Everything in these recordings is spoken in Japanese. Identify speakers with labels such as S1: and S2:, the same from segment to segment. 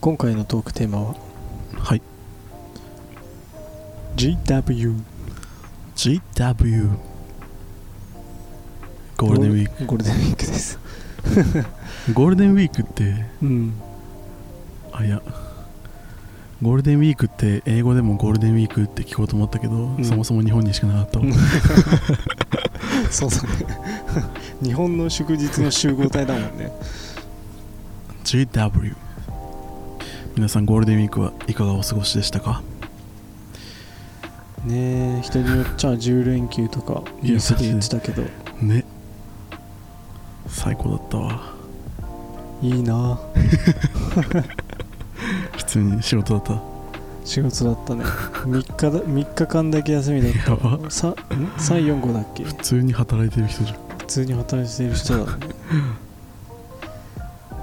S1: 今回のトークテーマは
S2: はい
S1: GW
S2: GW ゴールデンウィーク
S1: ゴールデンウィークです
S2: ゴールデンウィークって
S1: うん
S2: あいやゴールデンウィークって英語でもゴールデンウィークって聞こうと思ったけど、
S1: ん
S2: そもそも日本にしかなかったわ
S1: うんそうだね日本の祝日の集合体だもんね
S2: GW 皆さんゴールデンウィークはいかがお過ごしでしたか
S1: ねえ人によっちゃ10連休とかニュースで言ってたけど
S2: ね最高だったわ
S1: いいなあ
S2: 普通に仕事だった
S1: 仕事だったね3日だ3日間だけ休みだった
S2: やば
S1: 345だっけ
S2: 普通に働いてる人じゃん
S1: 普通に働いてる人だね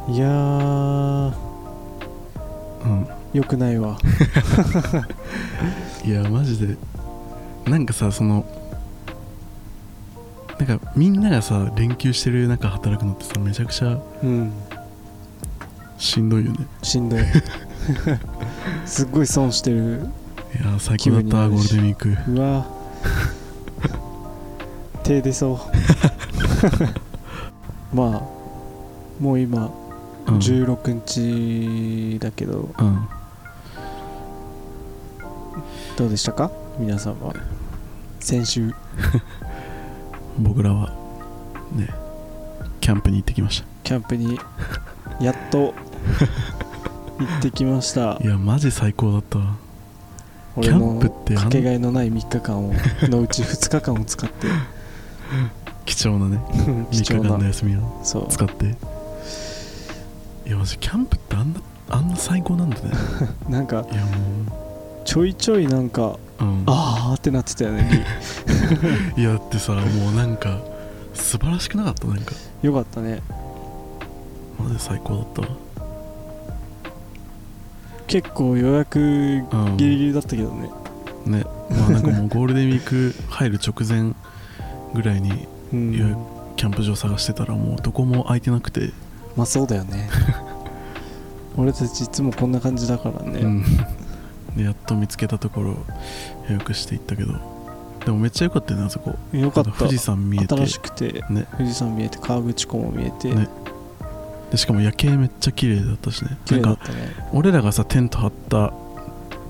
S1: いやー
S2: うん
S1: よくないわ
S2: いやマジでなんかさそのなんかみんながさ連休してる中働くのってさめちゃくちゃ
S1: うん
S2: しんどいよね
S1: しんどいすっごい損してる
S2: いや最高だっ
S1: 気分にな
S2: た
S1: る
S2: ゴー
S1: し
S2: ルデンウィーク
S1: うわ手出そうまあもう今
S2: うん、
S1: 16日だけど、
S2: うん、
S1: どうでしたか皆さんは先週
S2: 僕らはねキャンプに行ってきまし
S1: キャンプにやっと行ってきました
S2: た いやマジ最高だったわキ
S1: 俺
S2: ャン
S1: の
S2: プってあ
S1: か
S2: ん
S1: けがえのない3日間をのうち2日間を使って
S2: 貴重なね
S1: 貴
S2: 3日
S1: 重
S2: 間の
S1: な
S2: 休みを
S1: そう
S2: 使っていやマジキャンプってあんなあんな最高なんだね
S1: なんか
S2: いやも
S1: ちょいちょいなんか
S2: う、うん、
S1: あーってなってたよね
S2: いやだってさもうなんか素晴らしくなかったなんか
S1: よかったね
S2: マジで最高だったわ
S1: 結構予約
S2: うん
S1: ギリギリだったけどね
S2: ねまあなんかもうゴールデンウィーク入る直前ぐらいに
S1: うん
S2: いやキャンプ場探してたらもうどこも空いてなくて、
S1: まあそうだよ ね俺たちいつもこんな感じだからね、
S2: うんでやっと見つけたところ予約して行ったけどでもめっちゃ良かったよねあそこ
S1: よかった
S2: あと富士山見えて
S1: 新しくて、
S2: ね
S1: 富士山見えて河口湖も見えて、
S2: ねでしかも夜景めっちゃ綺麗だったしね
S1: 綺麗
S2: な
S1: だ
S2: ん
S1: っ
S2: か
S1: たね
S2: 俺らがさテント張った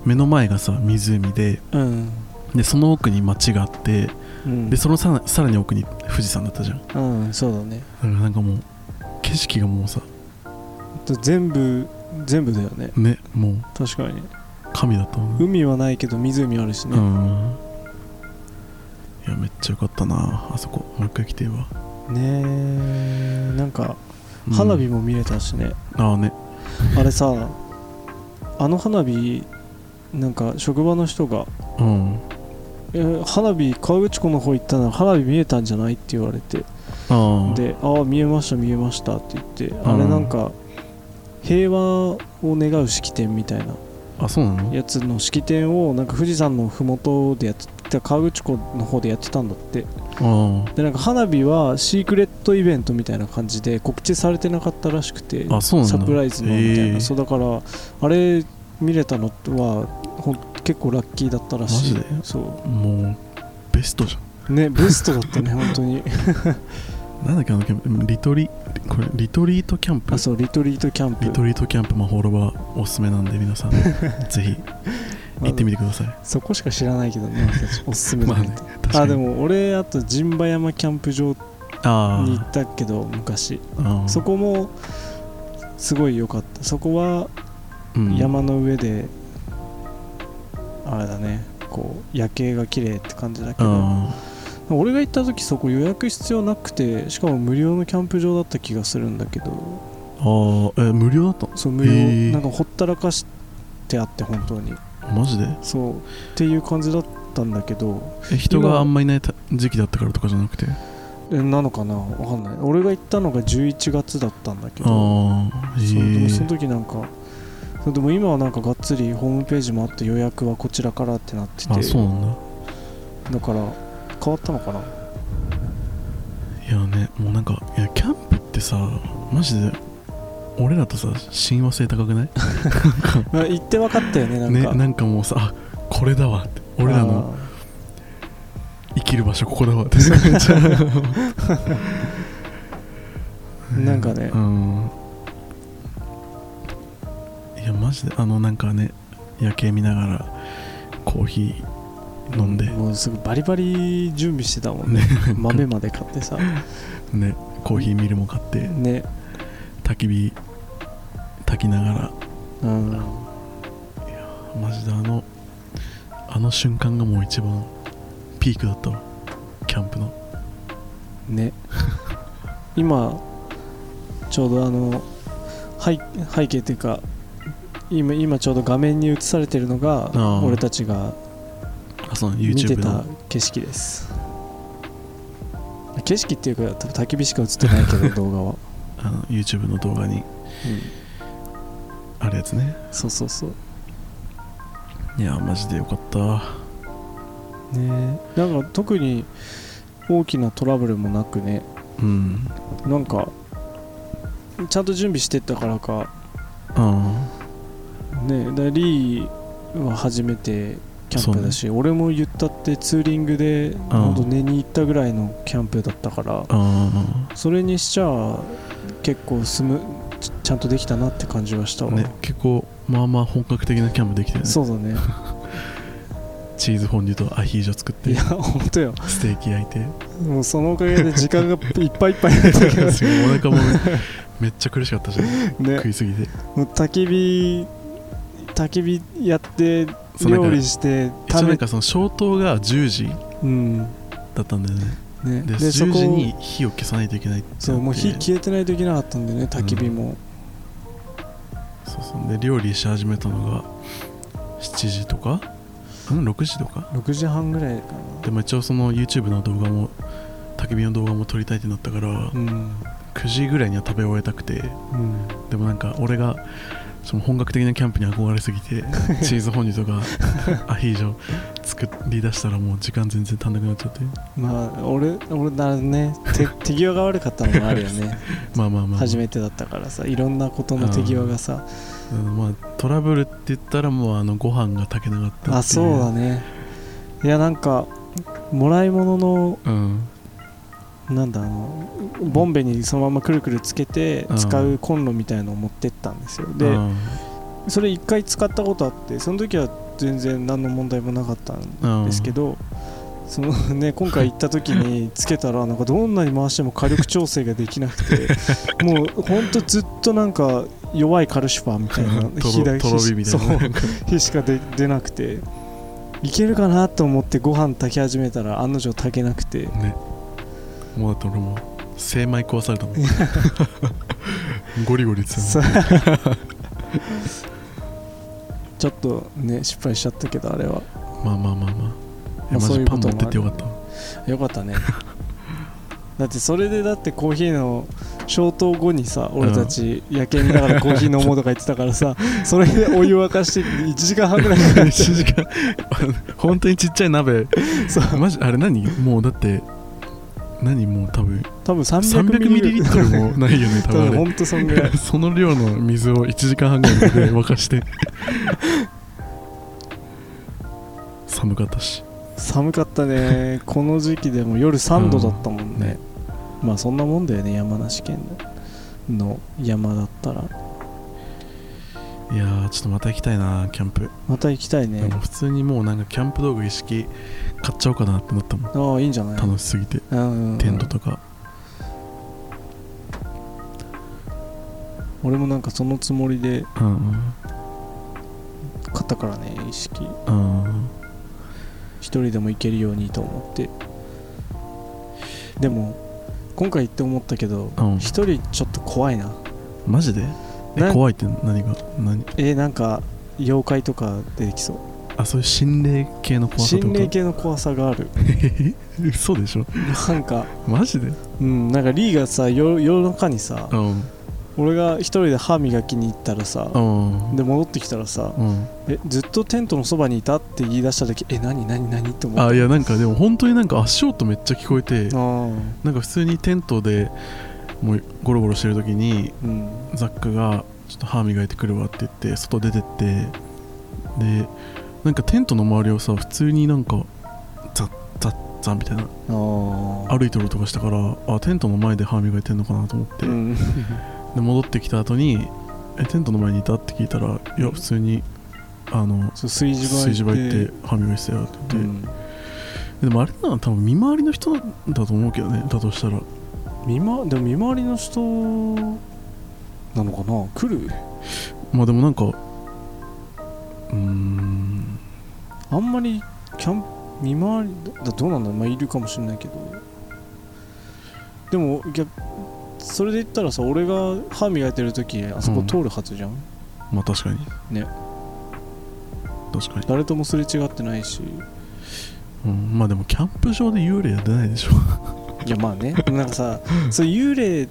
S2: 目の前がさ湖で
S1: うん
S2: でその奥に町があって
S1: うん
S2: でそのささらに奥に富士山だったじゃんだか
S1: うんそうだね
S2: らなんかもう景色がもうさ
S1: と全部全部だよね
S2: ねもう
S1: 確かに
S2: 神だと思う
S1: 海はないけど湖あるし
S2: う
S1: ね、
S2: んいやめっちゃ良かったなあそこもう一回来てえわ、
S1: ねえなんか
S2: うん
S1: 花火も見れたしね、
S2: ああね
S1: あれさあの花火なんか職場の人が
S2: うん
S1: 「えー花火河口湖の方行ったら花火見えたんじゃない?」って言われて
S2: ああ
S1: で「ああ見えました見えました」って言って
S2: ん
S1: あれなんか平和を願う式典みたいな
S2: あそうなの
S1: やつの式典をなんか富士山の麓でやってた河口湖の方でやってたんだって
S2: あ
S1: でなんか花火はシークレットイベントみたいな感じで告知されてなかったらしくて
S2: ああそうなん
S1: サ
S2: だ
S1: プライズのみたい
S2: へ
S1: な、
S2: え
S1: そうだからあれ見れたのはほん結構ラッキーだったらしい
S2: マジで
S1: そ
S2: もうベストじ
S1: うねベストだっ たね本当に
S2: ゃんなんだっけあのキャンプリトリこれリトリートキャンプ
S1: あそうリトリートキャンプ
S2: リトリートキャンプまあホロバーおすすめなんで皆 さんぜひ行ってみてください、
S1: そこしか知らないけどね私おすすめだ
S2: まあ
S1: ね
S2: ね確かに
S1: あでも俺あと陣馬山キャンプ場に
S2: あ
S1: 行ったけど昔
S2: ああ
S1: そこもすごい良かったそこは山の上で、あれだねこう夜景が綺麗って感じだけど
S2: あ
S1: 俺が行った時そこ予約必要なくてしかも無料のキャンプ場だった気がするんだけど
S2: ああえ無料だった
S1: そう無料、
S2: へー
S1: なんかほったらかしてあって本当に
S2: のマジで
S1: そうっていう感じだったんだけど
S2: え人があんまいないた時期だったからとかじゃなくてあ
S1: えなのかなわかんない俺が行ったのが11月だったんだけど
S2: あ
S1: そうで
S2: へ
S1: も
S2: え
S1: その時なんかそうでも今はなんかがっつりホームページもあって予約はこちらからってなってて
S2: あそうなんだ
S1: だから変わったのかない
S2: やねもうなんかいやキャンプってさマジで俺らとさ親和性高くない
S1: まあ行って分かったよねなん
S2: ね
S1: か、
S2: なんかもうさあこれだわって俺ら
S1: あ
S2: の
S1: ー
S2: 生きる場所ここだわって感じ
S1: なんかね
S2: うんいやマジであのなんかね夜景見ながらコーヒー飲んで、
S1: もうすぐバリバリ準備してたもんね
S2: ね
S1: 豆まで買ってさ
S2: ねコーヒーミルも買って
S1: ね
S2: 焚き火焚きなが
S1: うん
S2: らマジであのあの瞬間がもう一番ピークだったわキャンプの
S1: ね今ちょうどあの背背景というか今今ちょうど画面に映されてるのが
S2: あー
S1: 俺たちが
S2: あその
S1: 見て
S2: YouTube
S1: た
S2: の
S1: 景色です景色っていうか多分焚き火しか映ってないけ ど動画は、
S2: あの YouTube の動画に
S1: うん、
S2: あるやつね
S1: そうそうそう
S2: いやマジでよかった
S1: ねなんか特に大きなトラブルもなくね
S2: うん
S1: なんかちゃんと準備してったからか
S2: あ
S1: ねだリーは初めてキャンプだし、俺も言ったってツーリングでほんと寝に行ったぐらいのキャンプだったから
S2: ああ
S1: それにしちゃ結構スムちちゃんとできたなって感じはした
S2: あ
S1: わ、
S2: ね結構まあまあ本格的なキャンプできたよね
S1: そうだね
S2: チーズフォンデュとアヒージョ作 っ
S1: い
S2: て
S1: やほんとよ
S2: ステーキ焼い て
S1: もうそのおかげで時間がいっぱいいっぱいになったけど
S2: お腹もめっちゃ苦しかったし
S1: ね
S2: 食いすぎて
S1: もう焚き火焚き火やって
S2: そうなんか
S1: 料理して
S2: 一応
S1: 食
S2: なん
S1: べ
S2: かその消灯が10時
S1: うん
S2: だったんだよ
S1: ね
S2: ねで
S1: そ
S2: 10
S1: こ
S2: 時に火を消さないといけないってなって
S1: そうもう火消えてないといけなかったんでね焚き火も、
S2: そうそうで料理し始めたのが7時とかうん6時とか
S1: 6時半ぐらいかな
S2: でも一応その YouTube の動画も焚き火の動画も撮りたいってなったから
S1: うん、
S2: 9時ぐらいには食べ終えたくてでもなんか俺がその本格的なキャンプに憧れす ぎてチーズホニとかアヒージョ作り出したらもう時間全然足んなくなっちゃって
S1: まあ俺俺だね手 手際が悪かったのもあるよね
S2: ま あまあまあ
S1: 初めてだったからさいろんなことの手際がさ
S2: うんまあトラブルって言ったらもうあのご飯が炊けなかったっていう
S1: あそうだねいやなんかもらい物の
S2: うん
S1: なんだあのボンベにそのままくるくるつけて
S2: うん
S1: 使うコンロみたいのを持ってったんですよ
S2: う
S1: で
S2: ん
S1: それ一回使ったことあってその時は全然何の問題もなかったん
S2: うん
S1: ですけど、そのね、今回行った時につけたらなんかどんなに回しても火力調整ができなくてもうほんとずっとなんか弱いカルシファーみたいな
S2: とろ
S1: 火だ
S2: とろ火みたいな
S1: そう火しか出出なくていけるかなと思ってご飯炊き始めたら案の定炊けなく て
S2: ねもうだって俺もう精米壊された もんゴリゴリ言ってたもん
S1: さちょっとね失敗しちゃったけどあれは
S2: まあまあまあまあ
S1: ま
S2: い
S1: あ
S2: やマ
S1: そうい
S2: ジ
S1: う
S2: パ
S1: こ
S2: ン
S1: と
S2: 持
S1: も
S2: ってってよかった
S1: よかったねだってそれでだってコーヒーの消灯後わにさ俺たち夜景見ながらコーヒー飲もうとか言ってたから さそれでお湯沸かして1時間半ぐらいかかっ
S2: 1時間本当にちっちゃい鍋
S1: てさ
S2: マジあれ何もうだって何もう多分
S1: 多分300
S2: 300
S1: ミ
S2: ミ
S1: リ
S2: リ
S1: リ
S2: リ
S1: ッ
S2: ッ
S1: ト
S2: ト
S1: ル
S2: ル
S1: も
S2: もないよね 多
S1: 多分ほ
S2: 分
S1: んとそん
S2: あ
S1: ぐら
S2: れ
S1: い
S2: その量の水を1時間半ぐらいで沸か して寒かったし
S1: 寒かったねこの時期でも夜3度だったもんね、まあそんなもんだよね山梨県の山だったら
S2: いやーちょっとまた行きたいなキャンプ、
S1: また行きたい
S2: で
S1: ね
S2: も普通にもうなんかキャンプ道具一式買っちゃおうかなってなったもん
S1: ああいいんじゃない
S2: 楽しすぎて
S1: うん
S2: テントとか
S1: 俺もなんかそのつもりで
S2: うんうん
S1: 買ったからね意識
S2: うん
S1: 一人でも行けるようにと思ってでも今回行って思ったけど
S2: うん
S1: 一人ちょっと怖いな
S2: マジでえ
S1: な
S2: 怖いって何が何
S1: えなんか妖怪とか出てきそう
S2: あそういう心霊系の怖さって
S1: 心
S2: こと
S1: 霊系の怖さがある
S2: 系 嘘でしょ
S1: なんか
S2: マジで
S1: うんなんかリーがさ夜夜中にさ
S2: うん
S1: 俺が一人で歯磨きに行ったらさ
S2: うん
S1: で戻ってきたらさ
S2: うん
S1: 「えずっとテントのそばにいた?」って言い出した時「え何何何?」って思った
S2: あいやなんかでも本当になんか足音めっちゃ聞こえて
S1: あー
S2: なんか普通にテントでもうゴロゴロしてる時に
S1: うん
S2: ザックが「ちょっと歯磨いてくるわ」って言って外出てってでなんかテントの周りをさ普通になんかザッザッザッみたい
S1: あ
S2: な歩いてる音がしたからあテントの前で歯磨いてんのかなと思って、
S1: るうん
S2: で戻ってきた後にえテントの前にいたって聞いたらいや普通にあの
S1: そう炊事場
S2: 炊事場行って歯磨いてたよって
S1: う
S2: 言って、
S1: ん
S2: でもあれなの多分見回りの人だと思うけどねだとしたら
S1: 見までも見回りの人なのかな来る
S2: まあでもなんかうーん
S1: あんまりキャンプ見回りだどうなんだろうまあいるかもしれないけどでも逆それで言ったらさ俺が歯磨いてる時あそこ通るはずじゃん、
S2: まあ確かに
S1: ね
S2: 確かに、
S1: 誰ともすれ違ってないし
S2: うん、まあでもキャンプ場で幽霊は出ないでしょ
S1: いやまあねでもなんか さそう幽霊っ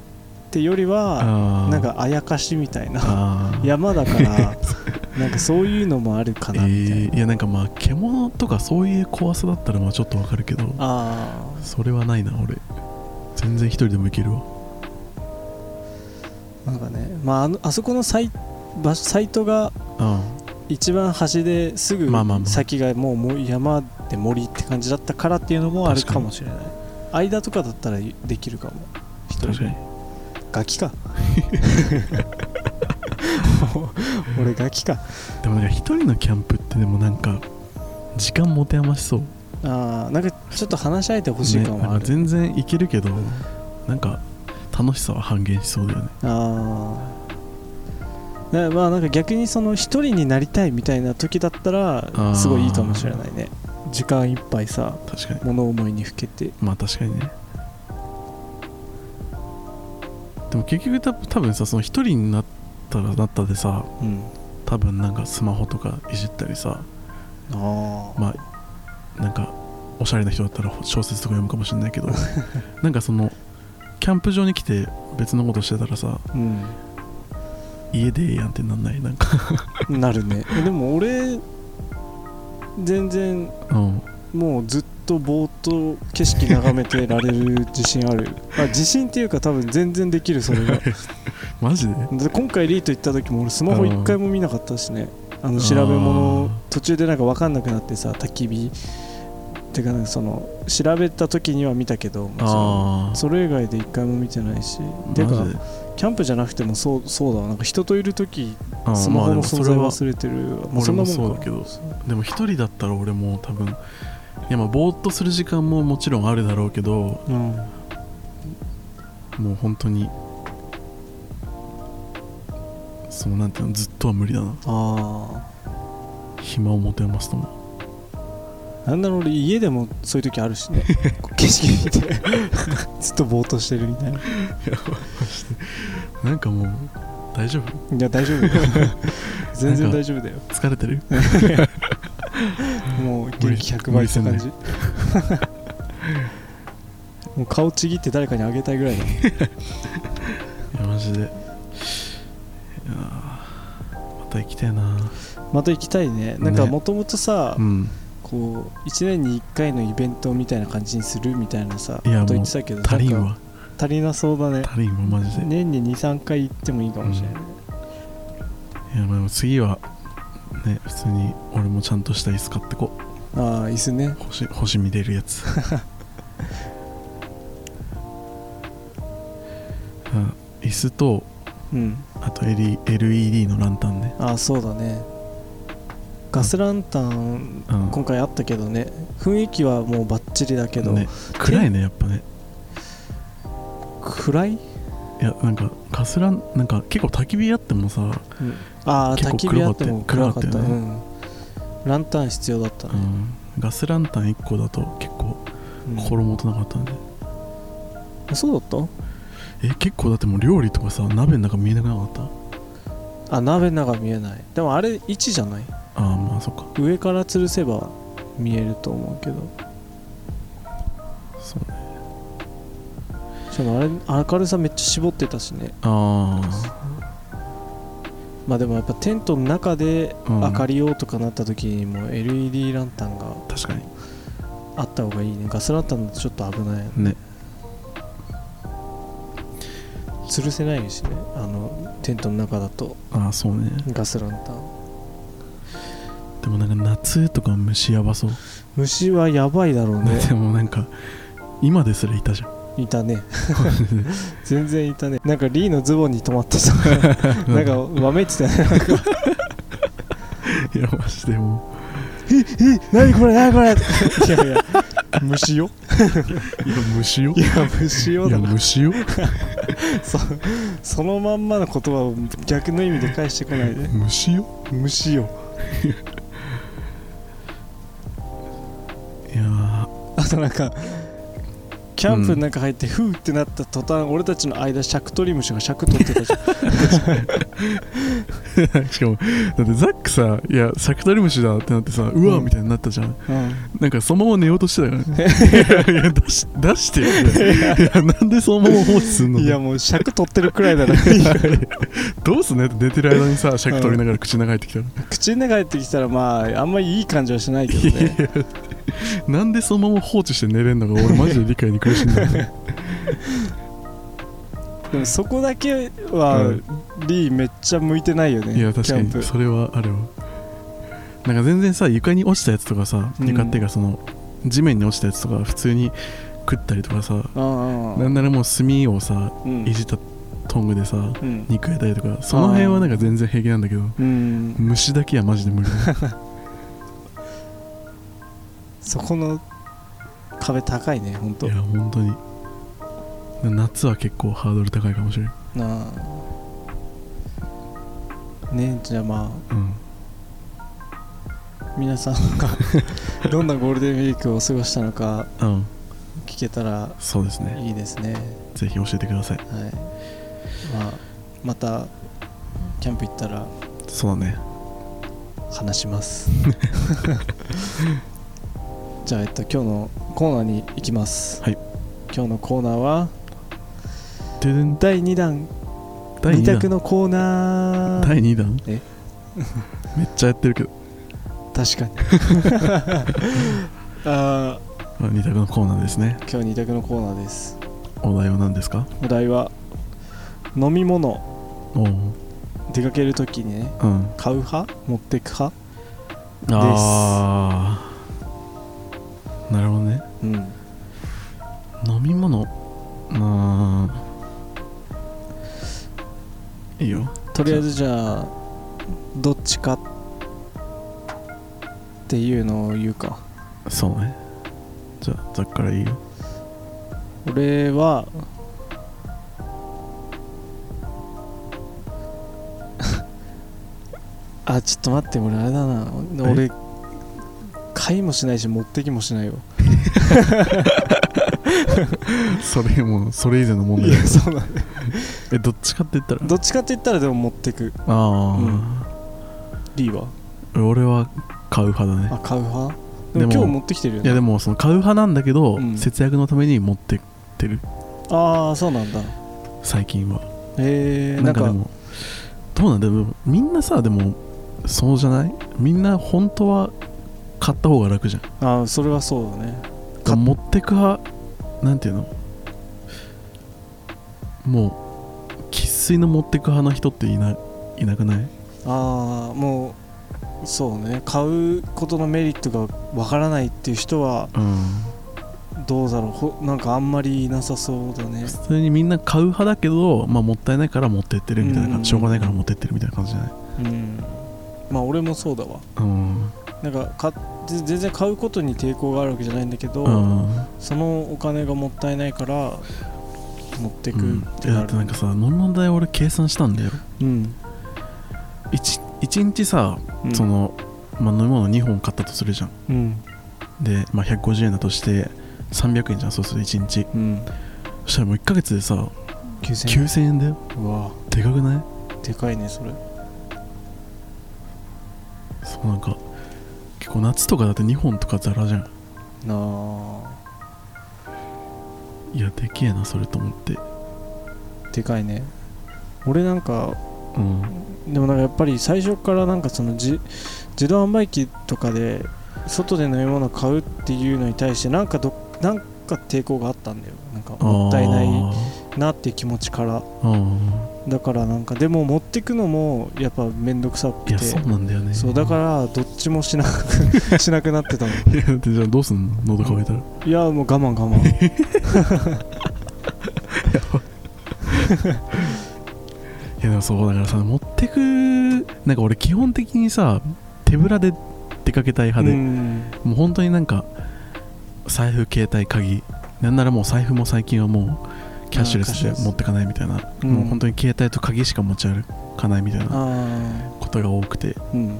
S1: てよりは
S2: あー
S1: なんかあやかしみたいな
S2: あー
S1: 山だから なんかそういうのもあるか
S2: え
S1: なみたいな、
S2: ーいやなんかまあ獣とかそういう怖さだったらまあちょっとわかるけど
S1: あ
S2: それはないな俺全然一人でもいけるわ
S1: あなんかねまああのあそこのサイ場所サイトが
S2: うん
S1: 一番端ですぐ
S2: まあまあまあ
S1: 先がもうもう山で森って感じだったからっていうのもあるかもしれない間とかだったらできるかも一人
S2: 確かに
S1: でガキ か俺ガキか
S2: でもなんか一人のキャンプってでもなんか時間持て余しそう
S1: あーなんかちょっと話し合えてほしい感
S2: ね
S1: は
S2: な
S1: あ
S2: んか
S1: る、
S2: 全然いけるけどなんか楽しさは半減しそうだよね
S1: ああだからまあなんか逆にその一人になりたいみたいな時だったら
S2: ー
S1: すごいいいかもしれないね時間いっぱいさ
S2: 確かに
S1: 物思いにふけて
S2: まあ確かにねでも結局た多分さその一人になったらなったでさ
S1: うん
S2: 多分なんかスマホとかいじったりさ
S1: ああ
S2: まあなんかおしゃれな人だったら小説とか読むかもしれない けどなんかそのキャンプ場に来て別のことしてたらさ
S1: うん
S2: 家でええやんってなんないなんか
S1: なるねでも俺全然
S2: うん
S1: もうずっとぼーっと景色眺めてられる自信あ るあ自信っていうか多分全然できるそれが
S2: マジで
S1: で今回リーと行った時も俺スマホ一回も見なかったしねあの調べ物途中でなんか分かんなくなってさ焚き火てかなんかその調べた時には見たけどもうその
S2: ああ
S1: それ以外で一回も見てないし
S2: マ
S1: て
S2: ジ
S1: か
S2: で
S1: キャンプじゃなくてもそうそうだわなんか人といる時
S2: うん
S1: スマ
S2: まあ
S1: ホ
S2: で
S1: の
S2: も
S1: 存
S2: それ
S1: 在
S2: は
S1: 忘れてるまあ
S2: 俺
S1: そんなもん
S2: も
S1: か
S2: そうだけどでも一人だったら俺もう多分いやまあぼーっとする時間ももちろんあるだろうけど
S1: うん
S2: もう本当にそのなんていうのずっとは無理だな
S1: あ
S2: 暇を持て余すと思
S1: あなんだろう俺家でもそういう時ある しねこう景色見て ずっとぼーっとしてるみたいないう
S2: なんかもう大丈夫
S1: や大丈夫 全然大丈夫だよ
S2: 疲れてる
S1: もう元気100倍って感じ もう顔ちぎって誰かにあげたいぐらいだ
S2: いやマジでいやーまた行きたいな
S1: また行きたいねなんか
S2: ね
S1: もともとさ、
S2: うん
S1: こう1年に1回のイベントみたいな感じにするみたいなさ
S2: いや
S1: こと言ってたけど
S2: 足りん
S1: なんか
S2: わ
S1: 足りなそうだね
S2: 足りんわマジで
S1: 年に23回行ってもいいかもしれない、
S2: いやまあでも次はね普通に俺もちゃんとした椅子買ってこ
S1: ああ椅子ね
S2: う星星見れるや つうん椅子と
S1: うん
S2: あと LED LED のランタンね
S1: ああそうだねガスランタン
S2: うん
S1: 今回あったけどね雰囲気はもうバッチリだけど、
S2: ね、暗いねやっぱね
S1: 暗い、
S2: いやなんかかすらんなんか結構焚き火やってもさ、
S1: ああ
S2: 結構
S1: 焚き火あっても
S2: 暗
S1: 暗
S2: か
S1: かっ
S2: っ
S1: たた
S2: よね
S1: うん、ランタン必要だった
S2: う
S1: ね、
S2: ん、ガスランタン1個だと結構
S1: うん
S2: 心もとなかったんで、
S1: あそうだっ
S2: え結構だってもう料理とかさ鍋の中見えなくなかった
S1: たあ鍋の中見えないでもあれ位置じゃない
S2: ああまあそっか
S1: 上から吊るせば見えると思うけど
S2: そうね
S1: しかもあれ明るさめっちゃ絞ってたしね
S2: ああ
S1: まあでもやっぱテントの中で
S2: うん
S1: 明かりをとかなった時にも LED ランタンが
S2: 確かに
S1: あった方がいいねガスランタンだとちょっと危ないよね
S2: ね
S1: 吊るせないしねあのテントの中だと
S2: ああそうね
S1: ガスランタン
S2: でもなんか夏とか虫やばそう、
S1: 虫はやばいだろう ね
S2: でもなんか今ですらいたじゃん
S1: いたね全然いたねなんかリーのズボンに止まってさなんかわめいてたよね なんか
S2: いやましても
S1: 「何これ何これ」いやいや虫よ
S2: ういや虫よ
S1: いや虫よ
S2: い
S1: だ
S2: や
S1: な
S2: 虫よ
S1: そそのまんまの言葉を逆の意味で返してこないで
S2: 虫よ
S1: 虫よ
S2: いやー
S1: あとなんかキャンプの中入ってフーってなった途端、俺たちの間尺取り虫が尺取ってたじゃん
S2: しかもだってザックさ「いやシャクトリムシだ」ってなってさ「うわ」
S1: うん
S2: みたいになったじゃ
S1: う
S2: ん、
S1: ん
S2: なんかそのまま寝ようとしてたからね いやいや出し出してよいやなんでそのまま放置すんの
S1: いやもう尺取ってるくらいだな
S2: どうすんのって寝てる間にさシャク取りながら口の中入ってきたら、
S1: 口の中入ってきたらまああんまりいい感じはしないけどね
S2: いやなんでそのまま放置して寝れんのか俺マジで理解に苦しんだよね
S1: でもそこだけ
S2: う
S1: は
S2: ん
S1: リーめっちゃ向いてないよね
S2: いや確か
S1: キャン
S2: に
S1: プ
S2: それはあるわなんか全然さ床に落ちたやつとかさ
S1: うん
S2: 床っていうかその地面に落ちたやつとか普通に食ったりとかさ
S1: ああ
S2: なんならもう炭をさ
S1: うん
S2: いじったトングでさ
S1: うん
S2: 肉焼いたりとかその辺はなんか全然平気なんだけど
S1: うん
S2: 虫だけはマジで無理だ
S1: そこの壁高いねほん
S2: い
S1: と
S2: や本当に夏は結構ハードル高いかもしれん
S1: なあねじゃあま
S2: うん
S1: あ皆さんが どんなゴールデンウィークを過ごしたのか
S2: うん
S1: 聞けたら
S2: そうですね
S1: いいですね
S2: ぜひ教えてください
S1: はいまあまたキャンプ行ったら
S2: そうだね
S1: 話します じゃあ、えっと、今日のコーナーに行きます、
S2: はい
S1: 今日のコーナーは
S2: ででん
S1: 第2弾
S2: 第
S1: 二
S2: 2弾
S1: 択のコーナー
S2: 第2弾
S1: え
S2: めっちゃやってるけど
S1: 確かに あ
S2: まあ二択のコーナーですね
S1: ー今日2択のコーナーです
S2: お題は何ですか
S1: お題は飲み物
S2: おお
S1: 出かけるときにね
S2: うん
S1: 買う派持ってく派
S2: ああなるほどね
S1: うん
S2: 飲み物あーいいよ
S1: とりあえずじゃあどっちかっていうのを言うか
S2: そうねじゃあざっからいいよ
S1: 俺は あちょっと待って俺あれだな俺買いもしないし持ってきもしないよ
S2: それもうそれ以前の問題
S1: い
S2: だ
S1: や そうなんだ
S2: えどっちかって言ったら
S1: どっちかって言ったらでも持ってく
S2: あ
S1: D は
S2: あ、俺は買う派だね
S1: あ買う派でも
S2: でも
S1: 今日持ってきてるよ
S2: いや
S1: ね
S2: でもその買う派なんだけど、
S1: うん
S2: 節約のために持ってってる
S1: ああそうなんだ
S2: 最近は
S1: へえー、な
S2: な
S1: んん
S2: か
S1: か
S2: でもどうなんだろうみんなさでもそうじゃないみんな本当は買った方が楽じゃん
S1: ああそれはそうだね買っ
S2: 持ってく派なんていうのもう生粋の持ってく派な人っていないなくない
S1: ああもうそうね買うことのメリットがわからないっていう人は
S2: うん
S1: どうだろうほなんかあんまりいなさそうだね
S2: 普通にみんな買う派だけど、まあ、もったいないから持ってってるみたいな
S1: う
S2: 感
S1: ん
S2: じしょうがないから持ってってるみたいな感じじゃない
S1: うんまあ俺もそうだわ
S2: うん
S1: なんか買って全然買うことに抵抗があるわけじゃないんだけど、
S2: うん
S1: そのお金がもったいないから持って
S2: う
S1: く
S2: ん
S1: っ
S2: い
S1: て
S2: や
S1: な
S2: だっ
S1: る
S2: てなんかさ飲んだ代俺計算したんだよ
S1: うん、
S2: 一一日さ、
S1: うん
S2: その、まあ、飲み物2本買ったとするじゃん
S1: うん
S2: で、まあ、150円だとして300円じゃんそうする1日
S1: うん
S2: そしたらもう1ヶ月でさ
S1: 9000
S2: 9000円だよ
S1: 円うわ
S2: でかくない
S1: でかいねそれ
S2: そうなんか結構夏とかだって2本とかザラじゃん
S1: なあ
S2: いやでけえなそれと思って
S1: でかいね俺なんか
S2: うん
S1: でもなんかやっぱり最初からなんかそのじ自動販売機とかで外で飲み物買うっていうのに対してなんかどなんか抵抗があったんだよなんかもったいないなっていう気持ちから
S2: あーうん
S1: だからなんかでも持ってくのもやっぱ面倒くさく
S2: い
S1: て
S2: やそうなんだよね
S1: そうだ からどっちもしなくしなくなってたの
S2: いやだってじゃあどうすんの喉乾いたら
S1: いやもう我慢我慢
S2: いやでもそうだからさ持ってくなんか俺基本的にさ手ぶらで出かけたい派
S1: う
S2: で、
S1: ん
S2: もう本当になんか財布携帯鍵なんならもう財布も最近はもうキャッシュレス
S1: あーキャッシュレス
S2: で持ってかないみたいな、
S1: うん
S2: もう本当に携帯と鍵しか持ち歩かないみたいな
S1: あ
S2: ことが多くて
S1: あうん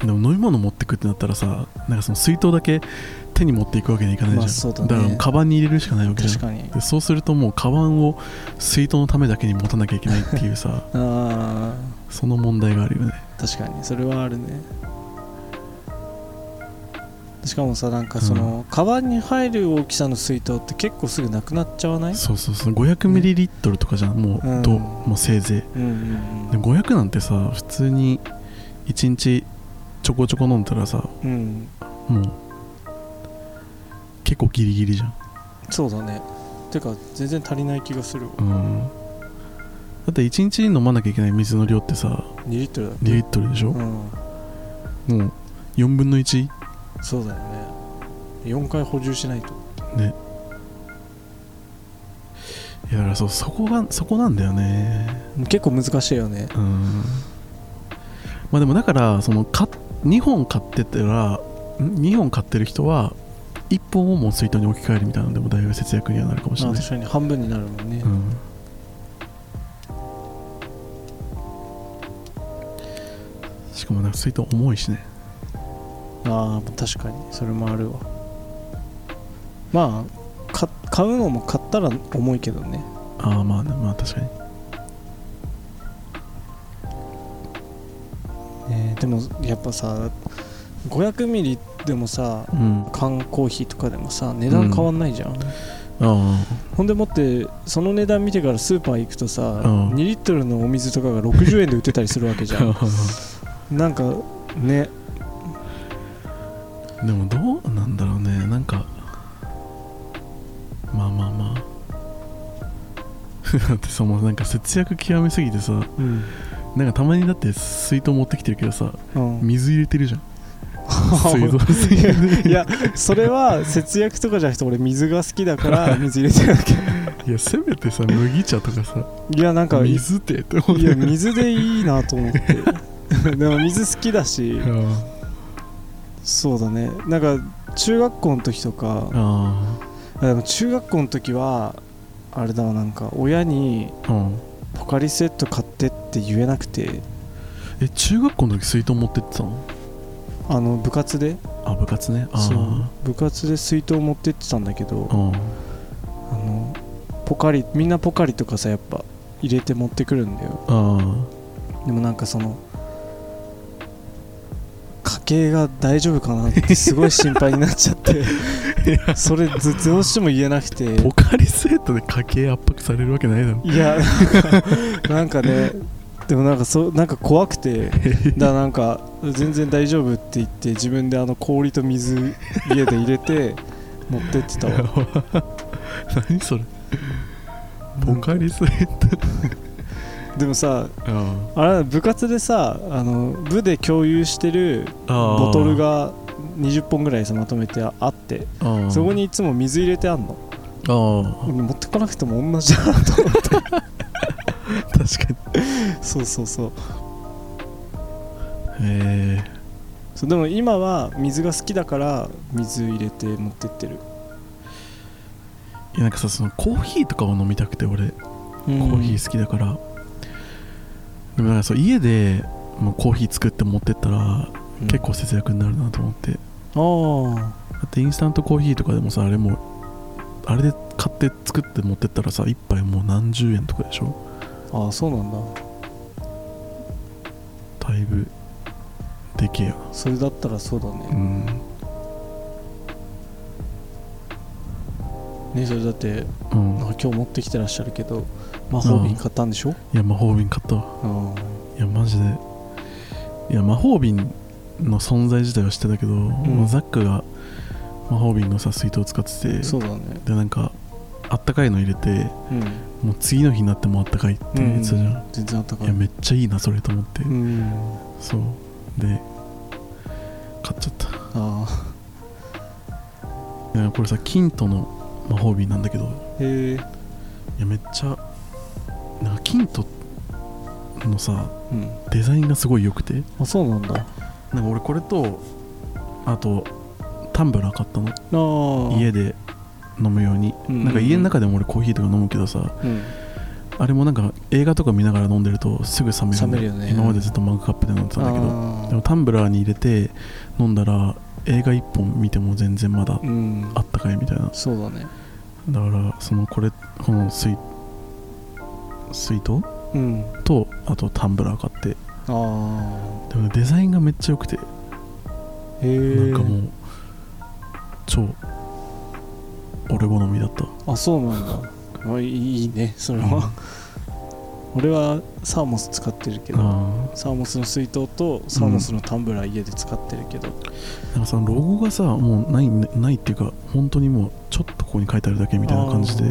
S2: でも飲み物持ってくってなったらさなんかその水筒だけ手に持っていくわけにはいかないじゃん、
S1: まあそうだね
S2: からもうカバンに入れるしかないわけじゃん
S1: 確かに
S2: でそうするともうカバンを水筒のためだけに持たなきゃいけないっていうさ
S1: あ
S2: その問題があるよね
S1: あ確かにそれはあるねしかもさなんかその、カバンに入る大きさの水筒って結構すぐなくなっちゃわない
S2: そうそうそう500ミリリットルとかじゃん、もう、
S1: うん
S2: どうもうせいぜ
S1: うんうん
S2: いでも500なんてさ普通に1日ちょこちょこ飲んだらさ
S1: うん、うん、
S2: もう結構ギリギリじゃん
S1: そうだねてか全然足りない気がする
S2: うんだって1日に飲まなきゃいけない水の量ってさ
S1: 2リットルだっけ
S2: 2リットルでしょ
S1: う、ん
S2: もう4分の1
S1: そうだよね4回補充しないと
S2: いやだからそうそこがそこなんだよね
S1: 結構難しいよね
S2: うんまあでもだからそのか2本買ってたら2本買ってる人は1本をもう水筒に置き換えるみたいなのでもだいぶ節約にはなるかもし
S1: ま
S2: れ
S1: あ
S2: ない
S1: 確かに半分になるもんね、
S2: うんしかもなんか水筒重いしね
S1: ああ確かにそれもあるわまあか買うのも買ったら重いけどね
S2: ああまあねまあ確かに
S1: えーでもやっぱさ500ミリでもさ
S2: うんあ
S1: 缶コーヒーとかでもさ値段変わんないじゃん、
S2: あ
S1: ほんでもってその値段見てからスーパー行くとさ、
S2: うん
S1: 2リットルのお水とかが60円で売ってたりするわけじゃんなんかね
S2: でもどうなんだろうねなんかまあまあ まあだってさもうなんか節約極めすぎてさ
S1: うん、
S2: なんかたまにだって水筒持ってきてるけどさ
S1: うん、
S2: 水入れて るじゃん水筒水筒
S1: いやそれは節約とかじゃなくて俺水が好きだ から水入れてるだけ
S2: いやせめてさ麦茶とかさ
S1: いやなんかい
S2: 水ってって思っ
S1: や
S2: て
S1: 水でいいなと思って でも水好きだし
S2: あ
S1: そうだねなんか中学校の時とか
S2: あ
S1: あでも中学校の時はあれだわなんか親に
S2: あうん
S1: ポカリスエット買ってって言えなくて
S2: え中学校の時水筒持ってってたの
S1: あの部活で
S2: あ部活ねあ
S1: そう
S2: あ
S1: 部活で水筒持ってってたんだけど
S2: うん
S1: あのポカリみんなポカリとかさやっぱ入れて持ってくるんだよ
S2: あ
S1: でもなんかその家計が大丈夫かなってすごい心配になっちゃってそれずどうしても言えなくて
S2: ポカリスエットで家計圧迫されるわけないだろ
S1: いや なんかなんかねでもなんかそうなんか怖く てだからなんか全然大丈夫って言って自分であの氷と水家で入れ て持ってってたわ
S2: 何それポカリスエット
S1: でもさ
S2: あ
S1: あれ部活でさあの部で共有してる
S2: あ
S1: ボトルが20本ぐらいさまとめてあってそこにいつも水入れてあんの
S2: あー
S1: 持ってこなくても同じだ なと
S2: 確か
S1: そうそうそう
S2: にへえ
S1: そうでも今は水が好きだから水入れて持ってってる
S2: いやなんかさそのコーヒーとかを飲みたくて俺コ
S1: コー
S2: ーヒー好きだから、でもなんかそう家でもうコーヒー作って持ってったら結構節約になるなと思って、だ
S1: 構あ
S2: ってインスタントコーヒーとかでもさあれもあれで買って作って持ってったらさ一杯もう何十円とかでしょ
S1: ああそうなんだ
S2: だいぶでけえよ
S1: それだったらそうだ
S2: なう
S1: ね
S2: ん
S1: ねそれだって
S2: うん
S1: なんか今日持ってきてらっしゃるけど魔法瓶買ったんでしょ
S2: いや魔法瓶買ったわ
S1: うん
S2: いやマジでいや魔法瓶の存在自体は知ってたけど、まあザックが魔法瓶のさ水筒を使ってて
S1: そうだね
S2: でなんかあったかいの入れて
S1: うん
S2: もう次の日になってもあったかいって言ってたじゃん、
S1: 全然あったか
S2: い
S1: い
S2: やめっちゃいいなそれと思って、
S1: うん
S2: そうで買っちゃった
S1: あ
S2: いやこれさキントの魔法瓶なんだけど
S1: あへえ
S2: いやめっちゃなんかキントのさ
S1: うん
S2: デザインがすごい良くて
S1: あそうなんだあ
S2: なんか俺これとあとタンブラー買ったの
S1: あ
S2: 家で飲むように、
S1: うん
S2: なんか家の中でも俺コーヒーとか飲むけどさ
S1: うん
S2: あれもなんか映画とか見ながら飲んでるとすぐ冷めるんだ
S1: 冷めるよね
S2: 今までずっとマグカップで飲んでたんだけど
S1: ああ
S2: でもタンブラーに入れて飲んだら映画1本見ても全然まだ
S1: うん
S2: あったかいみたいな
S1: そうだね
S2: だからそのこれこの水水筒
S1: うん
S2: とあとタンブラー買って
S1: あ
S2: でもねデザインがめっちゃ良くて
S1: あへえ
S2: なんかもう超俺好みだった
S1: あそうなんだあいいいねそれは、俺はサーモス使ってるけど
S2: あ
S1: サーモスの水筒とサーモスのタンブラー家で使ってるけど、
S2: ーなんかさロゴがさもうないないっていうか本当にもうちょっとここに書いてあるだけみたいな感じで
S1: あ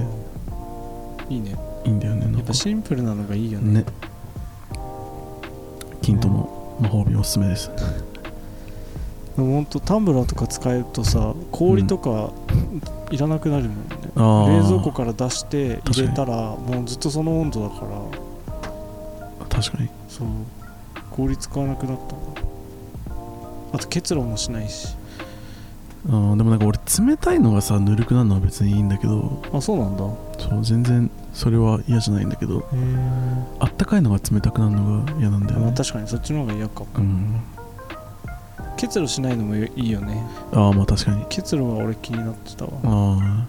S1: ーいいね
S2: いいんだよね
S1: や
S2: なん
S1: っ
S2: か
S1: ぱシンプルなのがいいよね
S2: ねキントの魔法瓶おすすめです
S1: でもほんとタンブラーとか使えるとさ氷とかいらなくなるもんね、
S2: あー
S1: 冷蔵庫から出して入れたらもうずっとその温度だから
S2: 確かに
S1: そう氷使わなくなったんだあと結露もしないし
S2: あーでもなんか俺冷たいのがさぬるくなるのは別にいいんだけど
S1: あそうなんだへ
S2: そう全然それは嫌じゃないんだけどあったかいのが冷たくなるのが嫌なんだよ
S1: まあ
S2: ね
S1: 確かにそっちの方が嫌かも
S2: うん
S1: 結露しないのもいいよね
S2: ああまあ確かに
S1: 結露は俺気になってたわ
S2: あ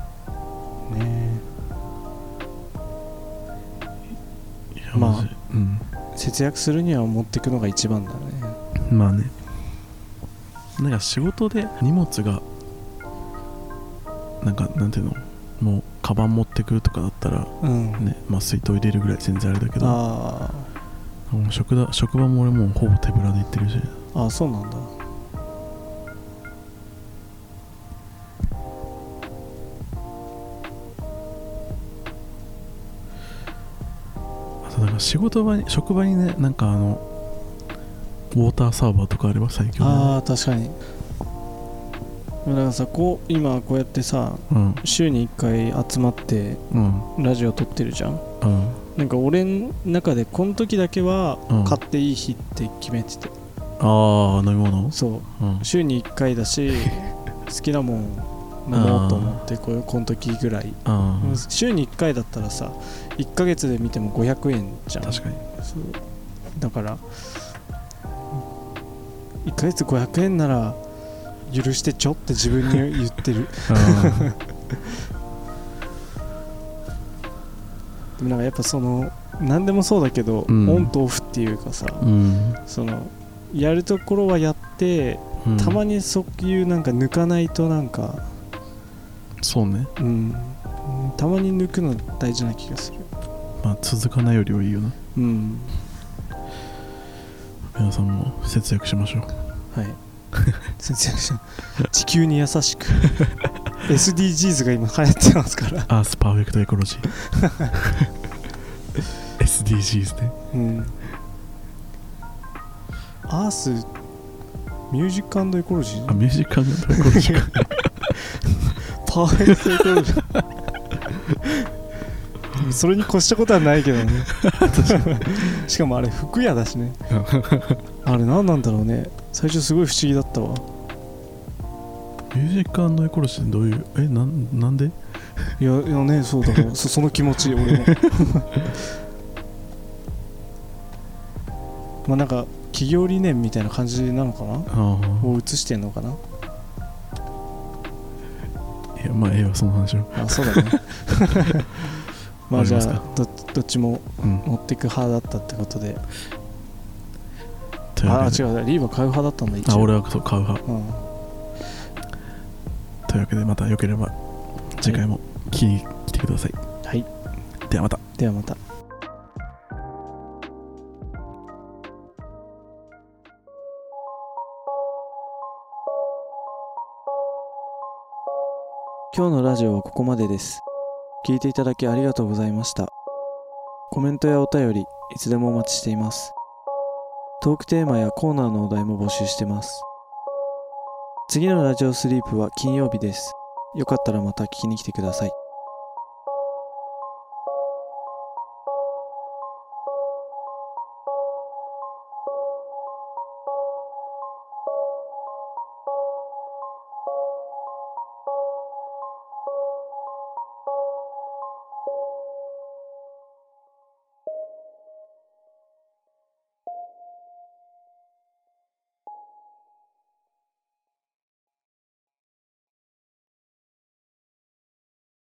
S1: ね
S2: あいや
S1: まあ
S2: マジうん
S1: 節約するには持ってくのが一番だね
S2: まあねなんか仕事で荷物がなんかなんていうのもうカバン持ってくるとかだったら
S1: うん
S2: ね、まあ、水筒入れるぐらい全然あれだけど
S1: あ
S2: もう職場職場も俺もうほぼ手ぶらで行ってるし
S1: ーあーそうなんだ
S2: あとなんか仕事場に職場にねなんかあのウォーターサーバーとかあれば最強だね
S1: ああ確かにだからさこう今こうやってさ
S2: うん
S1: 週に1回集まって
S2: うん
S1: ラジオ撮ってるじゃん
S2: うん
S1: なんか俺の中でこの時だけは
S2: うん
S1: 買っていい日って決めてて、
S2: ああ飲み物
S1: そう
S2: うん
S1: 週に1回だ し好きなもん飲もうと思ってこうこの時ぐらい、
S2: あー
S1: 週に1回だったらさ1ヶ月で見ても500円じゃん
S2: 確かに
S1: そうだから1ヶ月500円なら許してちょって自分に言って るでもなんかやっぱその何でもそうだけど、
S2: うん
S1: オンとオフっていうかさ、
S2: うん
S1: そのやるところはやって、
S2: うん
S1: たまにそういうなんか抜かないとなんか
S2: そうね
S1: うんたまに抜くの大事な気がする
S2: まあ続かないよりはいいよな
S1: うん
S2: 皆さんも節約しま しょう
S1: はい 節約し地球に優しく SDGs が今流行ってますから
S2: アースパーフェクトエコロジー SDGs ね
S1: うんアースミュージックエコロジ
S2: あ
S1: ー
S2: ミュージックアンドエコロジーか
S1: パーフェクトエコロジーそれに越したことはないけどねしかもあれ服屋だしねあれ何なんだろうね最初すごい不思議だったわ
S2: ミュージックアンドエコロジーってどういうえなんなんで
S1: いやいやねそうだろうそその気持ち俺もまあなんか聞企業理念みたいな感じなのかな
S2: あ
S1: を映してんのかな
S2: あいやまあええわその話を
S1: あそうだ ねまあじゃ
S2: わか
S1: あどどっちも
S2: うん
S1: 持ってく派だったってことで
S2: という
S1: ああ
S2: わけ
S1: 違
S2: で
S1: うリーバ買う派だったんだ一応
S2: あ俺はそう買う派
S1: うん
S2: というわけでまたよければ次回も聞きに来てください
S1: はい
S2: ではまた
S1: ではまた今日のラジオはここまでです聞いていただきありがとうございましたコメントやお便りいつでもお待ちしていますトークテーマやコーナーのお題も募集してます次のラジオスリープは金曜日ですよかったらまた聞きに来てください